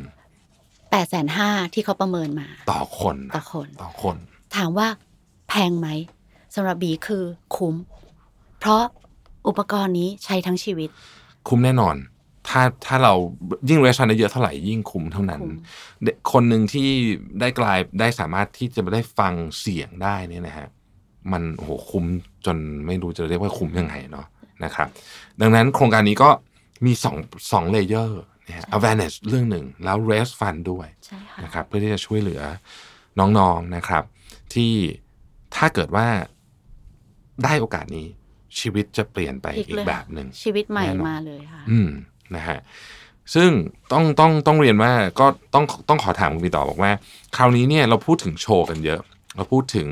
Speaker 4: แปดแสนห้าที่เขาประเมินมา
Speaker 2: ต่อคนนะ
Speaker 4: ต่อคน
Speaker 2: ต่อคน
Speaker 4: ถามว่าแพงไหมสำหรับบีคือคุ้ม เพราะอุปกรณ์นี้ใช้ทั้งชีวิต
Speaker 2: คุ้มแน่นอน ถ้าถ้าเรายิ่งเรสชันได้เยอะเท่าไหร่ยิ่งคุ้มเท่านั้น
Speaker 4: คุ้ม
Speaker 2: เด็กคนหนึ่งที่ได้กลายได้สามารถที่จะได้ฟังเสียงได้เนี่ยนะฮะมันโอ้โหคุ้มจนไม่รู้จะเรียกว่าคุ้มยังไงเนาะนะครับ ดังนั้นโครงการนี้ก็มีสองสองเลเยอร์นะฮะ awareness เรื่องหนึ่งแล้ว raise fund ด้วย
Speaker 4: ใช่ค่ะ
Speaker 2: นะครับเพื่อที่จะช่วยเหลือน้องๆนะครับ ที่ถ้าเกิดว่าได้โอกาสนี้ชีวิตจะเปลี่ยนไป
Speaker 4: อีก
Speaker 2: อีก
Speaker 4: เลย
Speaker 2: แบบหนึ่ง
Speaker 4: ชีวิตใหม่
Speaker 2: แน่นอน
Speaker 4: มาเลยค่ะ
Speaker 2: อืมนะฮะซึ่งต้องต้องต้องเรียนว่าก็ต้องต้องขอถามคุณปีต่อบอกว่า คราวนี้เนี่ยเราพูดถึงโชว์กันเยอะ เราพูดถึง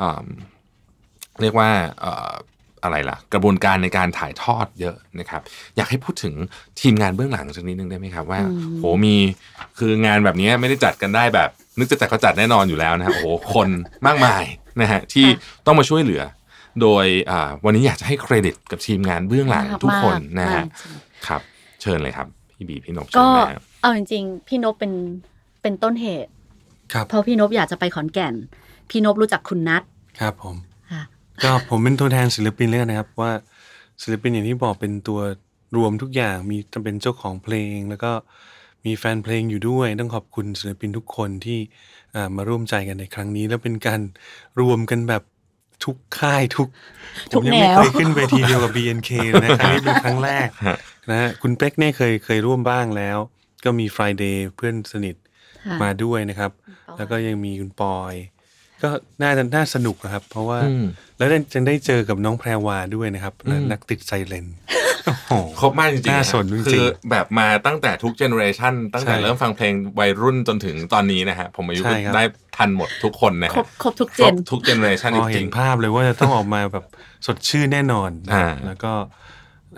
Speaker 2: อ่ำเรียกว่าเอ่ออะไรล่ะ กระบวนการในการถ่ายทอดเยอะนะครับ อยากให้พูดถึงทีมงานเบื้องหลังสักนิดนึงได้ไหมครับว่า
Speaker 4: อืม
Speaker 2: โหมีคืองานแบบนี้ไม่ได้จัดกันได้แบบ นึกจะจัดก็จัดแน่นอนอยู่แล้วนะครับโอ้โหคนมากมายนะฮะที่ต้องมาช่วยเหลือ โดยอ่าวันนี้อยากจะให้เครดิตกับทีมงานเบื้องหลังทุกคน
Speaker 4: มาก
Speaker 2: นะฮะ
Speaker 4: มากจริง
Speaker 2: ครับเชิญเลยครับ พี่บีพี่นกเชิ
Speaker 4: ก็
Speaker 2: ญนะครับ
Speaker 4: เอาจริงๆ พี่นพเป็นเป็นต้นเหตุ
Speaker 3: ครับ
Speaker 4: เพราะพี่นพอยากจะไปขอนแก่น พี่นพรู้จักคุณนัท
Speaker 3: ครับผม
Speaker 4: ค่ะ
Speaker 3: ก็ผมเป็นตัวแทนศิลปินแล้วกันนะครับว่าศิลปินอย่างที่บอกเป็นตัวรวมทุกอย่างมีจะเป็นเจ้าของเพลง แล้วก็มีแฟนเพลงอยู่ด้วย ต้องขอบคุณศิลปินทุกคนที่อ่ามาร่วมใจกันในครั้งนี้ แล้วเป็นการรวมกันแบบทุกค่ายทุก
Speaker 4: ทุก
Speaker 3: ผมยังไม่
Speaker 4: แนว
Speaker 3: เคยขึ้นเวทีเดียวกับ BNK เลย
Speaker 4: [LAUGHS]
Speaker 3: นะครั้งนี้เป็นครั้งแรก
Speaker 2: ฮะ
Speaker 3: นะฮะคุณเป๊กเนี่ยเคยเคยร่วมบ้างแล้ว ก็มี Friday เพื่อนสนิท มาด้วยนะครับ
Speaker 4: ปอย
Speaker 3: แล้วก็ยังมีคุณปอย ก็น่าจะน่าสนุกนะครับ เพราะว่า
Speaker 2: อืม
Speaker 3: แล้วได้จะได้เจอกับน้องแพรวาด้วยนะครับ และ
Speaker 2: อืม
Speaker 3: นักติดไซเลนโอ้โห
Speaker 2: ครบมากจริงๆ
Speaker 3: น่าสนจริ
Speaker 2: ะ
Speaker 3: ง
Speaker 2: คือแบบมาตั้งแต่ทุกเจเนอเรชันตั้งแต่
Speaker 3: ใช่
Speaker 2: เริ่มฟังเพลงวัยรุ่นจนถึงตอนนี้นะฮะผมอายุ
Speaker 3: ใช่ครับ
Speaker 2: ได้ทันหมดทุกคนนะ
Speaker 4: คร
Speaker 2: ฮะ
Speaker 4: บครบทุกเจ
Speaker 2: ครบ
Speaker 4: น
Speaker 2: ทุกเจเนอเรชัน
Speaker 3: พ
Speaker 2: จ
Speaker 3: อเห็
Speaker 2: ริ
Speaker 3: น
Speaker 2: ง
Speaker 3: ภาพเลยว่าจะต้องออกมาแบบ [LAUGHS] สดชื่นแน่นอนนะครับ
Speaker 2: อ่า
Speaker 3: แล้วก็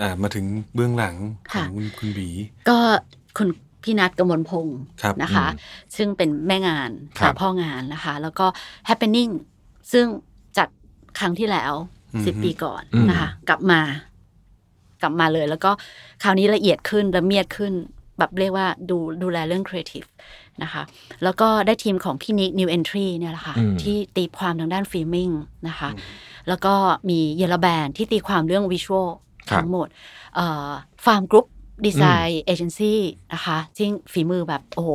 Speaker 3: อ่ามาถึงเบื้องหลังของ
Speaker 4: ค่ะ
Speaker 3: คุณคุณบี
Speaker 4: ก็คุณพี่นัทกมลพงศ์
Speaker 3: ครับ
Speaker 4: นะคะ ซึ่งเป็นแม่งาน
Speaker 2: ครับ
Speaker 4: หาพ่องานนะคะ แล้วก็ Happening ซึ่งจัดครั้งที่แล้ว
Speaker 3: อือฮึ
Speaker 4: สิบปีก่อนนะคะ กลับมา กลับมาเลย แล้วก็คราวนี้ละเอียดขึ้นละเมียดขึ้น แบบเรียกว่าดูดูแลเรื่องครีเอทีฟนะคะ แล้วก็ได้ทีมของพี่นิก New Entry เนี่ยแหละค่ะ
Speaker 2: อืม
Speaker 4: ที่ตีความทางด้านฟิล์มิงนะคะ แล้วก็มีเยลแบนที่ตีความเรื่องวิชวล
Speaker 2: ครับ
Speaker 4: ทั้งหมดฟาร์มกรุ๊ปดีไซน์เอเจนซี่นะคะซึ่งฝีมือแบบ โอ้โห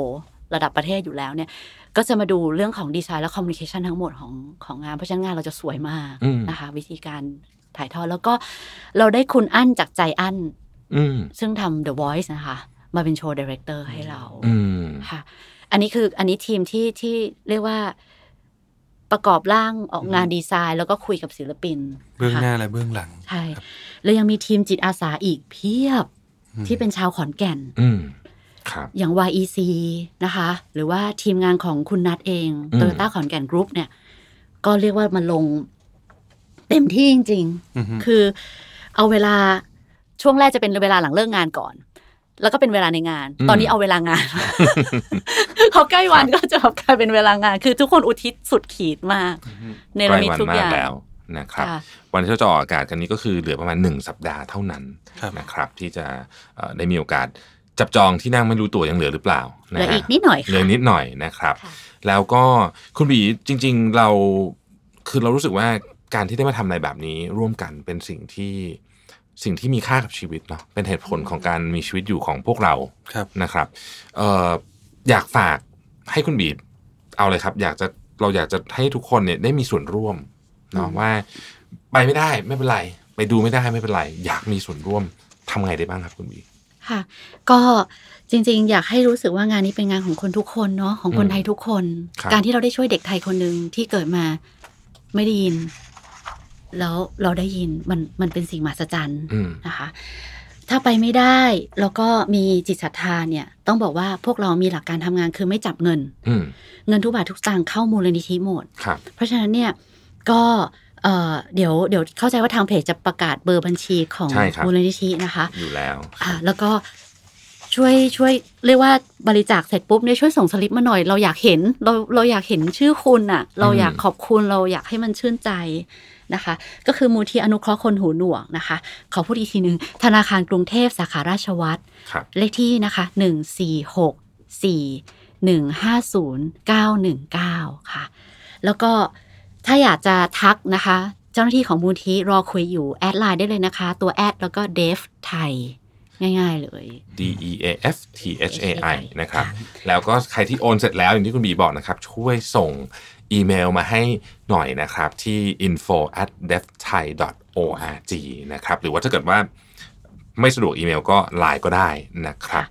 Speaker 4: ระดับประเทศอยู่แล้วเนี่ย ก็จะมาดูเรื่องของดีไซน์และคอมมิวนิเคชันทั้งหมดของของงาน เพราะฉะนั้นงานเราจะสวยมาก
Speaker 2: อืม
Speaker 4: นะคะ วิธีการถ่ายทอด แล้วก็เราได้คุณอั้นจากใจอั้น
Speaker 2: ๆ อืม
Speaker 4: ซึ่งทำ The Voice นะคะ มาเป็นโชว์ดีเรคเตอร์ให้เรา
Speaker 2: อืม
Speaker 4: ค่ะ อันนี้คืออันนี้ทีมที่ที่เรียกว่าประกอบร่างออกงานดีไซน์ แล้วก็คุยกับศิลปิน
Speaker 3: เบื้องหน้า
Speaker 4: ค่ะ
Speaker 3: และเบื้องหลัง
Speaker 4: ใช่ แล้วยังมีทีมจิตอาสาอีกเพียบที่เป็นชาวขอนแก่น
Speaker 2: อืมครับ
Speaker 4: อย่าง YEC นะคะ หรือว่าทีมงานของคุณนัทเอง
Speaker 2: อืม
Speaker 4: โตโยต้าขอนแก่นกรุ๊ปเนี่ย ก็เรียกว่ามาลงเต็มที่จริง
Speaker 3: อือฮึ
Speaker 4: ๆ คือเอาเวลาช่วงแรกจะเป็นเวลาหลังเลิกงานก่อน แล้วก็เป็นเวลาในงาน ตอนนี้เอาเวลางาน [LAUGHS] เขาใกล้วันก็จะแบบกลายเป็นเวลางาน คือทุกคนอุทิศสุดขีดมาก ใน
Speaker 2: ใกล้
Speaker 4: ระมิต
Speaker 2: วัน
Speaker 4: ทุก
Speaker 2: มา
Speaker 4: อก ย่าง
Speaker 2: แล้วนะครับ
Speaker 4: ค่ะ
Speaker 2: วันที่เราจะออกอากาศกันนี้ก็คือเหลือประมาณ 1 สัปดาห์เท่านั้น
Speaker 3: ครับ
Speaker 2: นะครับ ที่จะเอ่อได้มีโอกาสจับจองที่นั่งไม่รู้ตัวยังเหลือหรือเปล่า
Speaker 4: เห
Speaker 2: นะ
Speaker 4: ลือ
Speaker 2: ฮะ
Speaker 4: อีกนิดหน่อย
Speaker 2: เล
Speaker 4: ค่ะ
Speaker 2: ยนิดหน่อยนะครับ
Speaker 4: ค่ะ
Speaker 2: แล้วก็คุณบีจริง ๆ เราคือเรารู้สึกว่าการที่ได้มาทำอะไรแบบนี้ร่วมกันเป็นสิ่งที่สิ่งที่มีค่ากับชีวิตเนาะเป็นเหตุผลของการมีชีวิตอยู่ของพวกเรา
Speaker 3: ครับ
Speaker 2: นะครับเอ่ออยากฝากให้คุณบีเอาเลยครับ อยากจะเราอยากจะให้ทุกคนเนี่ยได้มีส่วนร่วมเนาะว่า ไปไม่ได้ไม่เป็นไร ไปดูไม่ได้ไม่เป็นไร อยากมีส่วนร่วมทำไงได้บ้างครับคุณบี
Speaker 4: ค่ะ ก็จริงๆ อยากให้รู้สึกว่างานนี้เป็นงานของคนทุกคนเนาะของคน
Speaker 2: อืม
Speaker 4: ไทยทุกคน
Speaker 2: ครับ
Speaker 4: การที่เราได้ช่วยเด็กไทยคนหนึ่งที่เกิดมาไม่ได้ยิน แล้วเราได้ยินมันมันเป็นสิ่งมหัศจรรย์
Speaker 2: อืม
Speaker 4: นะคะ ถ้าไปไม่ได้แล้วก็มีจิตศรัทธาเนี่ย ต้องบอกว่าพวกเรามีหลักการทำงานคือไม่จับเงิน
Speaker 2: อืม
Speaker 4: เงินทุกบาททุกสตางค์เข้ามูลนิธิหมด
Speaker 2: ครับ
Speaker 4: เพราะฉะนั้นเนี่ยก็เอ่อเดี๋ยวเดี๋ยวเข้าใจว่าทางเพจจะประกาศเบอร์บัญชีของ
Speaker 2: ใช่ครับ
Speaker 4: มูลนิธินะคะ
Speaker 2: อยู่แล้ว
Speaker 4: อ่าแล้วก็ ช่วยช่วยเรียกว่าบริจาคเสร็จปุ๊บเนี่ยช่วยส่งสลิปมาหน่อยเราอยากเห็นเราเราอยากเห็นชื่อคุณอะเราอยากขอบคุณเราอยากให้มันชื่นใจนะคะ ก็คือมูลที่อนุเคราะห์คนหูหนวกนะคะ ขอพูดอีกทีหนึ่งธนาคารกรุงเทพสาขาราชวัตร
Speaker 2: ครับ
Speaker 4: เลขที่นะคะ 1 4 6 4 1 5 0 9 1 9 ค่ะ แล้วก็ถ้าอยากจะทักนะคะ เจ้าหน้าที่ของมูลที่รอคุยอยู่ แอดไลน์ได้เลยนะคะ ตัวแอดแล้วก็เดฟไทย ง่ายๆเลย
Speaker 2: D E A F T H A I นะครับ แล้วก็ใครที่โอนเสร็จแล้วอย่างที่คุณบีบอกนะครับ ช่วยส่งอีเมลมาให้หน่อยนะครับ ที่ info at devthai org นะครับ หรือว่าถ้าเกิดว่าไม่สะดวกอีเมลก็ไลน์ก็ได้นะครับ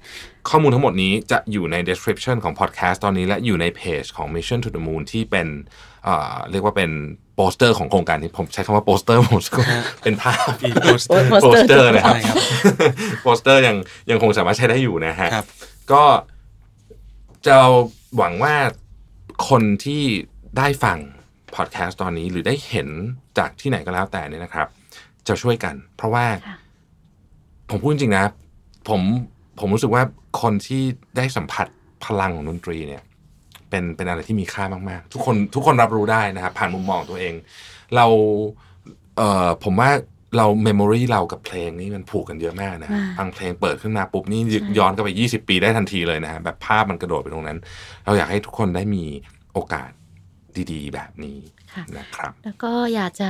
Speaker 2: ข้อมูลทั้งหมดนี้จะอยู่ใน description ของ podcast ตอนนี้และอยู่ในเพจของ Mission to the Moon ที่เป็นเอ่อเรียกว่าเป็นโปสเตอร์ของโครงการนี้ผมใช้คำว่าโปสเตอร์ [LAUGHS] ผมเป็นภาพ
Speaker 3: อีกโพสต์
Speaker 2: [LAUGHS]
Speaker 4: โปส
Speaker 2: โปสเต
Speaker 4: เตอร์
Speaker 2: อร์นะครับ [LAUGHS]
Speaker 3: ใช่ครับ
Speaker 2: โปสเตอร์ยังยังคงสามารถใช้ได้อยู่นะฮะ
Speaker 3: ครับ
Speaker 2: ก็จะหวังว่าคนที่ได้ฟังพอดแคสต์ตอนนี้หรือได้เห็นจากที่ไหนก็แล้วแต่เนี่ยนะครับ จะช่วยกัน เพราะว่า
Speaker 4: ค่ะ
Speaker 2: ผมพูดจริงๆนะ ผมผมรู้สึกว่าคนที่ได้สัมผัสพลังของดนตรีเนี่ย เป็นเป็นอะไรที่มีค่ามากๆ ทุกคนทุกคนรับรู้ได้นะครับ ผ่านมุมมองตัวเอง เราเอ่อผมว่าเราเมมโมรีเรากับเพลงนี่มันผูกกันเยอะมากนะ
Speaker 4: มาก
Speaker 2: ฟังเพลงเปิดขึ้นมาปุ๊บนี่ยึกย้อนกลับไป 20 ปีได้ทันทีเลยนะฮะแบบภาพมันกระโดดไปตรงนั้น เราอยากให้ทุกคนได้มีโอกาสดีๆ แบบนี้
Speaker 4: ค่ะ
Speaker 2: นะครับ
Speaker 4: แล้วก็อยากจะ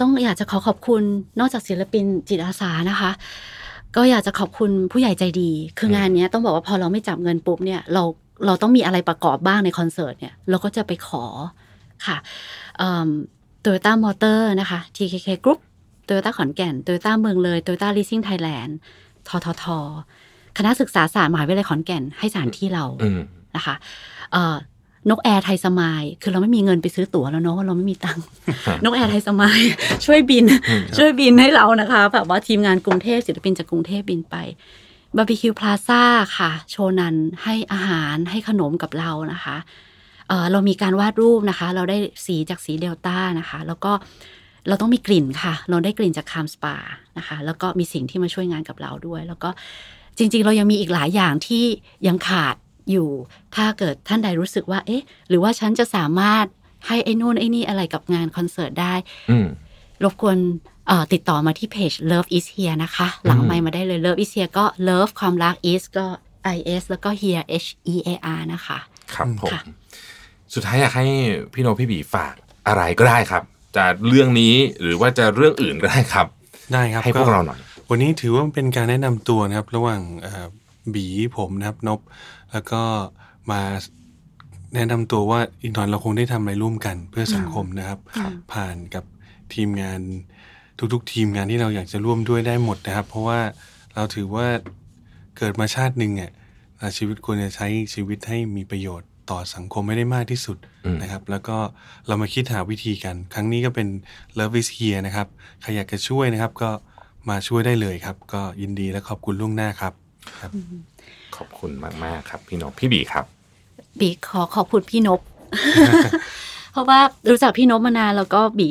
Speaker 4: ต้องอยากจะขอขอบคุณนอกจากศิลปินจิตอาสานะคะ ก็อยากจะขอบคุณผู้ใหญ่ใจดี คือ
Speaker 2: ม
Speaker 4: งานเนี้ยต้องบอกว่าพอเราไม่จับเงินปุ๊บเนี่ยเราเราต้องมีอะไรประกอบบ้างในคอนเสิร์ตเนี่ยเราก็จะไปขอค่ะโตโยต้ามอเตอร์นะคะ TKK Group โตโยต้าขอนแก่นโตโยต้าเมืองเลยโตโยต้าลีซิ่งไทยแลนด์ททท คณะศึกษาศาสตร์มหาวิทยาลัยขอนแก่นให้สถานที่เรา
Speaker 2: อืม
Speaker 4: นะคะเอ่อนกแอร์ไทยสมาย คือเราไม่มีเงินไปซื้อตั๋วแล้วเนาะเราไม่มีตังค์ นกแอร์ไทยสมาย ช่วยบิน ช่วยบินให้เรานะคะแบบว่าทีมงานกรุงเทพศิลปินจากกรุงเทพบินไปบาร์บีคิวพลาซ่าค่ะ โชนันให้อาหารให้ขนมกับเรานะคะเอ่อเรามีการวาดรูปนะคะ เราได้สีจากสีเดลต้านะคะ แล้วก็เราต้องมีกลิ่นค่ะ เราได้กลิ่นจากคามสปานะคะ แล้วก็มีสิ่งที่มาช่วยงานกับเราด้วย แล้วก็จริงๆ เรายังมีอีกหลายอย่างที่ยังขาดอยู่ ถ้าเกิดท่านใดรู้สึกว่า เอ๊ะ หรือว่าฉันจะสามารถให้ไอ้นู่นไอ้นี่อะไรกับงานคอนเสิร์ตได้
Speaker 2: อืม
Speaker 4: รบกวนเอ่อติดต่อมาที่เพจ Love is here นะคะ หลังไมค์มาได้เลย Love is here ก็ Love ความรัก is ก็ is แล้วก็ here h e a r นะคะ
Speaker 2: ครับผม
Speaker 4: ค่ะ
Speaker 2: สุดท้ายอยากให้พี่โนพี่บีฝากอะไรก็ได้ครับ จะเรื่องนี้หรือว่าจะเรื่องอื่นก็ได้ครับ
Speaker 3: ได้ครับ
Speaker 2: ให้พวกเราหน่อย
Speaker 3: วันนี้ถือว่าเป็นการแนะนำตัวนะครับ ระหว่างเอ่อบีผมนะครับนบ แล้วก็มาแนะนำตัวว่าอีกหน่อยเราคงได้ทำอะไรร่วมกันเพื่อสังคมนะครับ
Speaker 4: ครับ
Speaker 3: ผ่านกับทีมงานทุกๆ ทีมงานที่เราอยากจะร่วมด้วยได้หมดนะครับ เพราะว่าเราถือว่าเกิดมาชาติหนึ่งเนี่ยอ่ะชีวิตควรจะใช้ชีวิตให้มีประโยชน์ต่อสังคมไม่ได้มากที่สุด
Speaker 2: อืม
Speaker 3: นะครับ แล้วก็เรามาคิดหาวิธีกัน ครั้งนี้ก็เป็น Love is here นะครับ ใครอยากจะช่วยนะครับก็มาช่วยได้เลยครับ ก็ยินดีและขอบคุณล่วงหน้าครับ
Speaker 2: ขอบคุณมาก ๆ ครับ พี่โนพี่บีครับ
Speaker 4: บีขอขอบคุณพี่น [LAUGHS] บ เพราะว่ารู้จักพี่นบมานานแล้วก็บี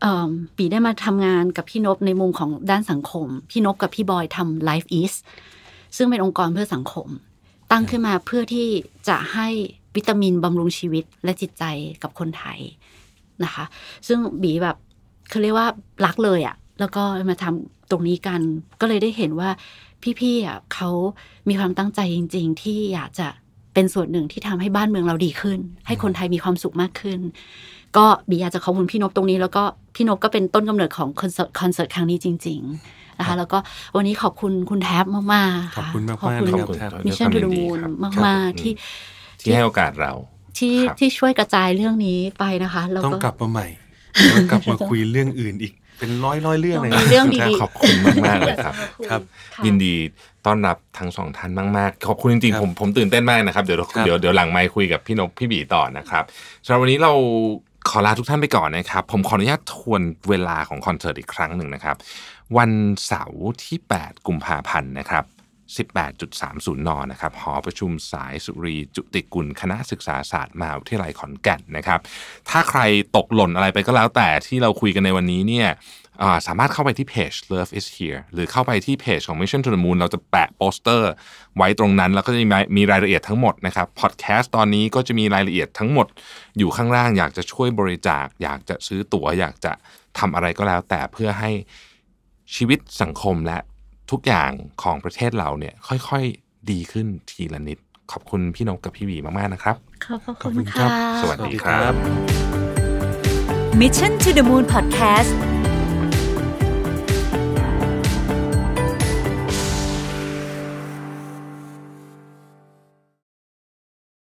Speaker 4: เอิ่มบีได้มาทำงานกับพี่นบในมุมของด้านสังคม พี่นบกับพี่บอยทำ Life is ซึ่งเป็นองค์กรเพื่อสังคม ตั้งขึ้นมาเพื่อที่จะให้วิตามินบำรุงชีวิตและจิตใจกับคนไทยนะคะ ซึ่งบีแบบเขาเรียกว่ารักเลยอะ่ะ แล้วก็มาทำตรงนี้กัน ก็เลยได้เห็นว่าพี่ๆอ่ะเขามีความตั้งใจจริง ๆ ที่อยากจะเป็นส่วนหนึ่งที่ทำให้บ้านเมืองเราดีขึ้น ให้คนไทยมีความสุขมากขึ้น ก็บีอยากจะขอบคุณพี่นพตรงนี้ แล้วก็พี่นพก็เป็นต้นกำเนิดของคอนเสิร์ตคอนเสิร์ตครั้งนี้จริง ๆนะคะ แล้วก็วันนี้ขอบคุณคุณแท็บมากๆ
Speaker 3: ขอบ
Speaker 4: ค่ะ
Speaker 3: คุณมาก
Speaker 2: ข
Speaker 3: ๆนะ
Speaker 2: อบ
Speaker 3: ครับ
Speaker 2: คุณครับ
Speaker 4: มิชชั่น
Speaker 2: ด้ว
Speaker 4: ทู
Speaker 2: ยความยินดี
Speaker 4: ดูมูน
Speaker 2: ครับ
Speaker 4: มาก
Speaker 2: ครับ
Speaker 4: มา
Speaker 2: ผม
Speaker 4: ที่
Speaker 2: ที่ให้โอกาสเรา
Speaker 4: ที่
Speaker 2: ครับ
Speaker 4: ที่ช่วยกระจายเรื่องนี้ไปนะคะ แล้ว
Speaker 3: ต้อง
Speaker 4: ก็
Speaker 3: กลับมาใหม่แล้วกลับมาคุยเรื่องอื่นอีกเป็นร้อยร้อยๆเรื่องเลยนะ
Speaker 4: มีเรื่องดีๆ
Speaker 2: ขอบคุณมาก ๆ เลยครับ
Speaker 3: ครับ
Speaker 2: ยินดีต้อนรับทั้งสองท่านมาก ๆ ขอบคุณจริงๆ
Speaker 3: ครับ
Speaker 2: ผมผมตื่นเต้นมากนะครับเดี๋ยว
Speaker 3: ครับ
Speaker 2: เดี๋ยวเดี๋ยวหลังไมค์คุยกับพี่นกพี่บีต่อนะครับสำหรับวันนี้เราขอลาทุกท่านไปก่อนนะครับ ผมขออนุญาตทวนเวลาของคอนเสิร์ตอีกครั้งหนึ่งนะครับ วันเสาร์ที่ 8 กุมภาพันธ์นะครับ 18.30 น นะครับหอประชุมสายสุรีจุติกุล คณะศึกษาศาสตร์มหาวิทยาลัยขอนแก่นนะครับ ถ้าใครตกหล่นอะไรไปก็แล้วแต่ที่เราคุยกันในวันนี้เนี่ย อ่าสามารถเข้าไปที่เพจ Love is here หรือเข้าไปที่เพจของ Mission to the Moon เราจะแปะโปสเตอร์ไว้ตรงนั้น แล้วก็จะมีมีรายละเอียดทั้งหมดนะครับพอดแคสต์ตอนนี้ก็จะมีรายละเอียดทั้งหมด อยู่ข้างล่างอยากจะช่วยบริจาค อยากจะซื้อตั๋วอยากจะทำอะไรก็แล้ว แต่เพื่อให้ชีวิตสังคมและทุกอย่างของประเทศเราเนี่ยค่อยๆดีขึ้นทีละนิด ขอบคุณพี่นกกับพี่หวีมากๆนะครับ
Speaker 4: ขอบพระ
Speaker 3: ขอบ
Speaker 4: คุ
Speaker 3: คุณ ณครั
Speaker 4: ค่ะ
Speaker 3: บ
Speaker 2: สวัสดีครับ
Speaker 1: Mission to the Moon Podcast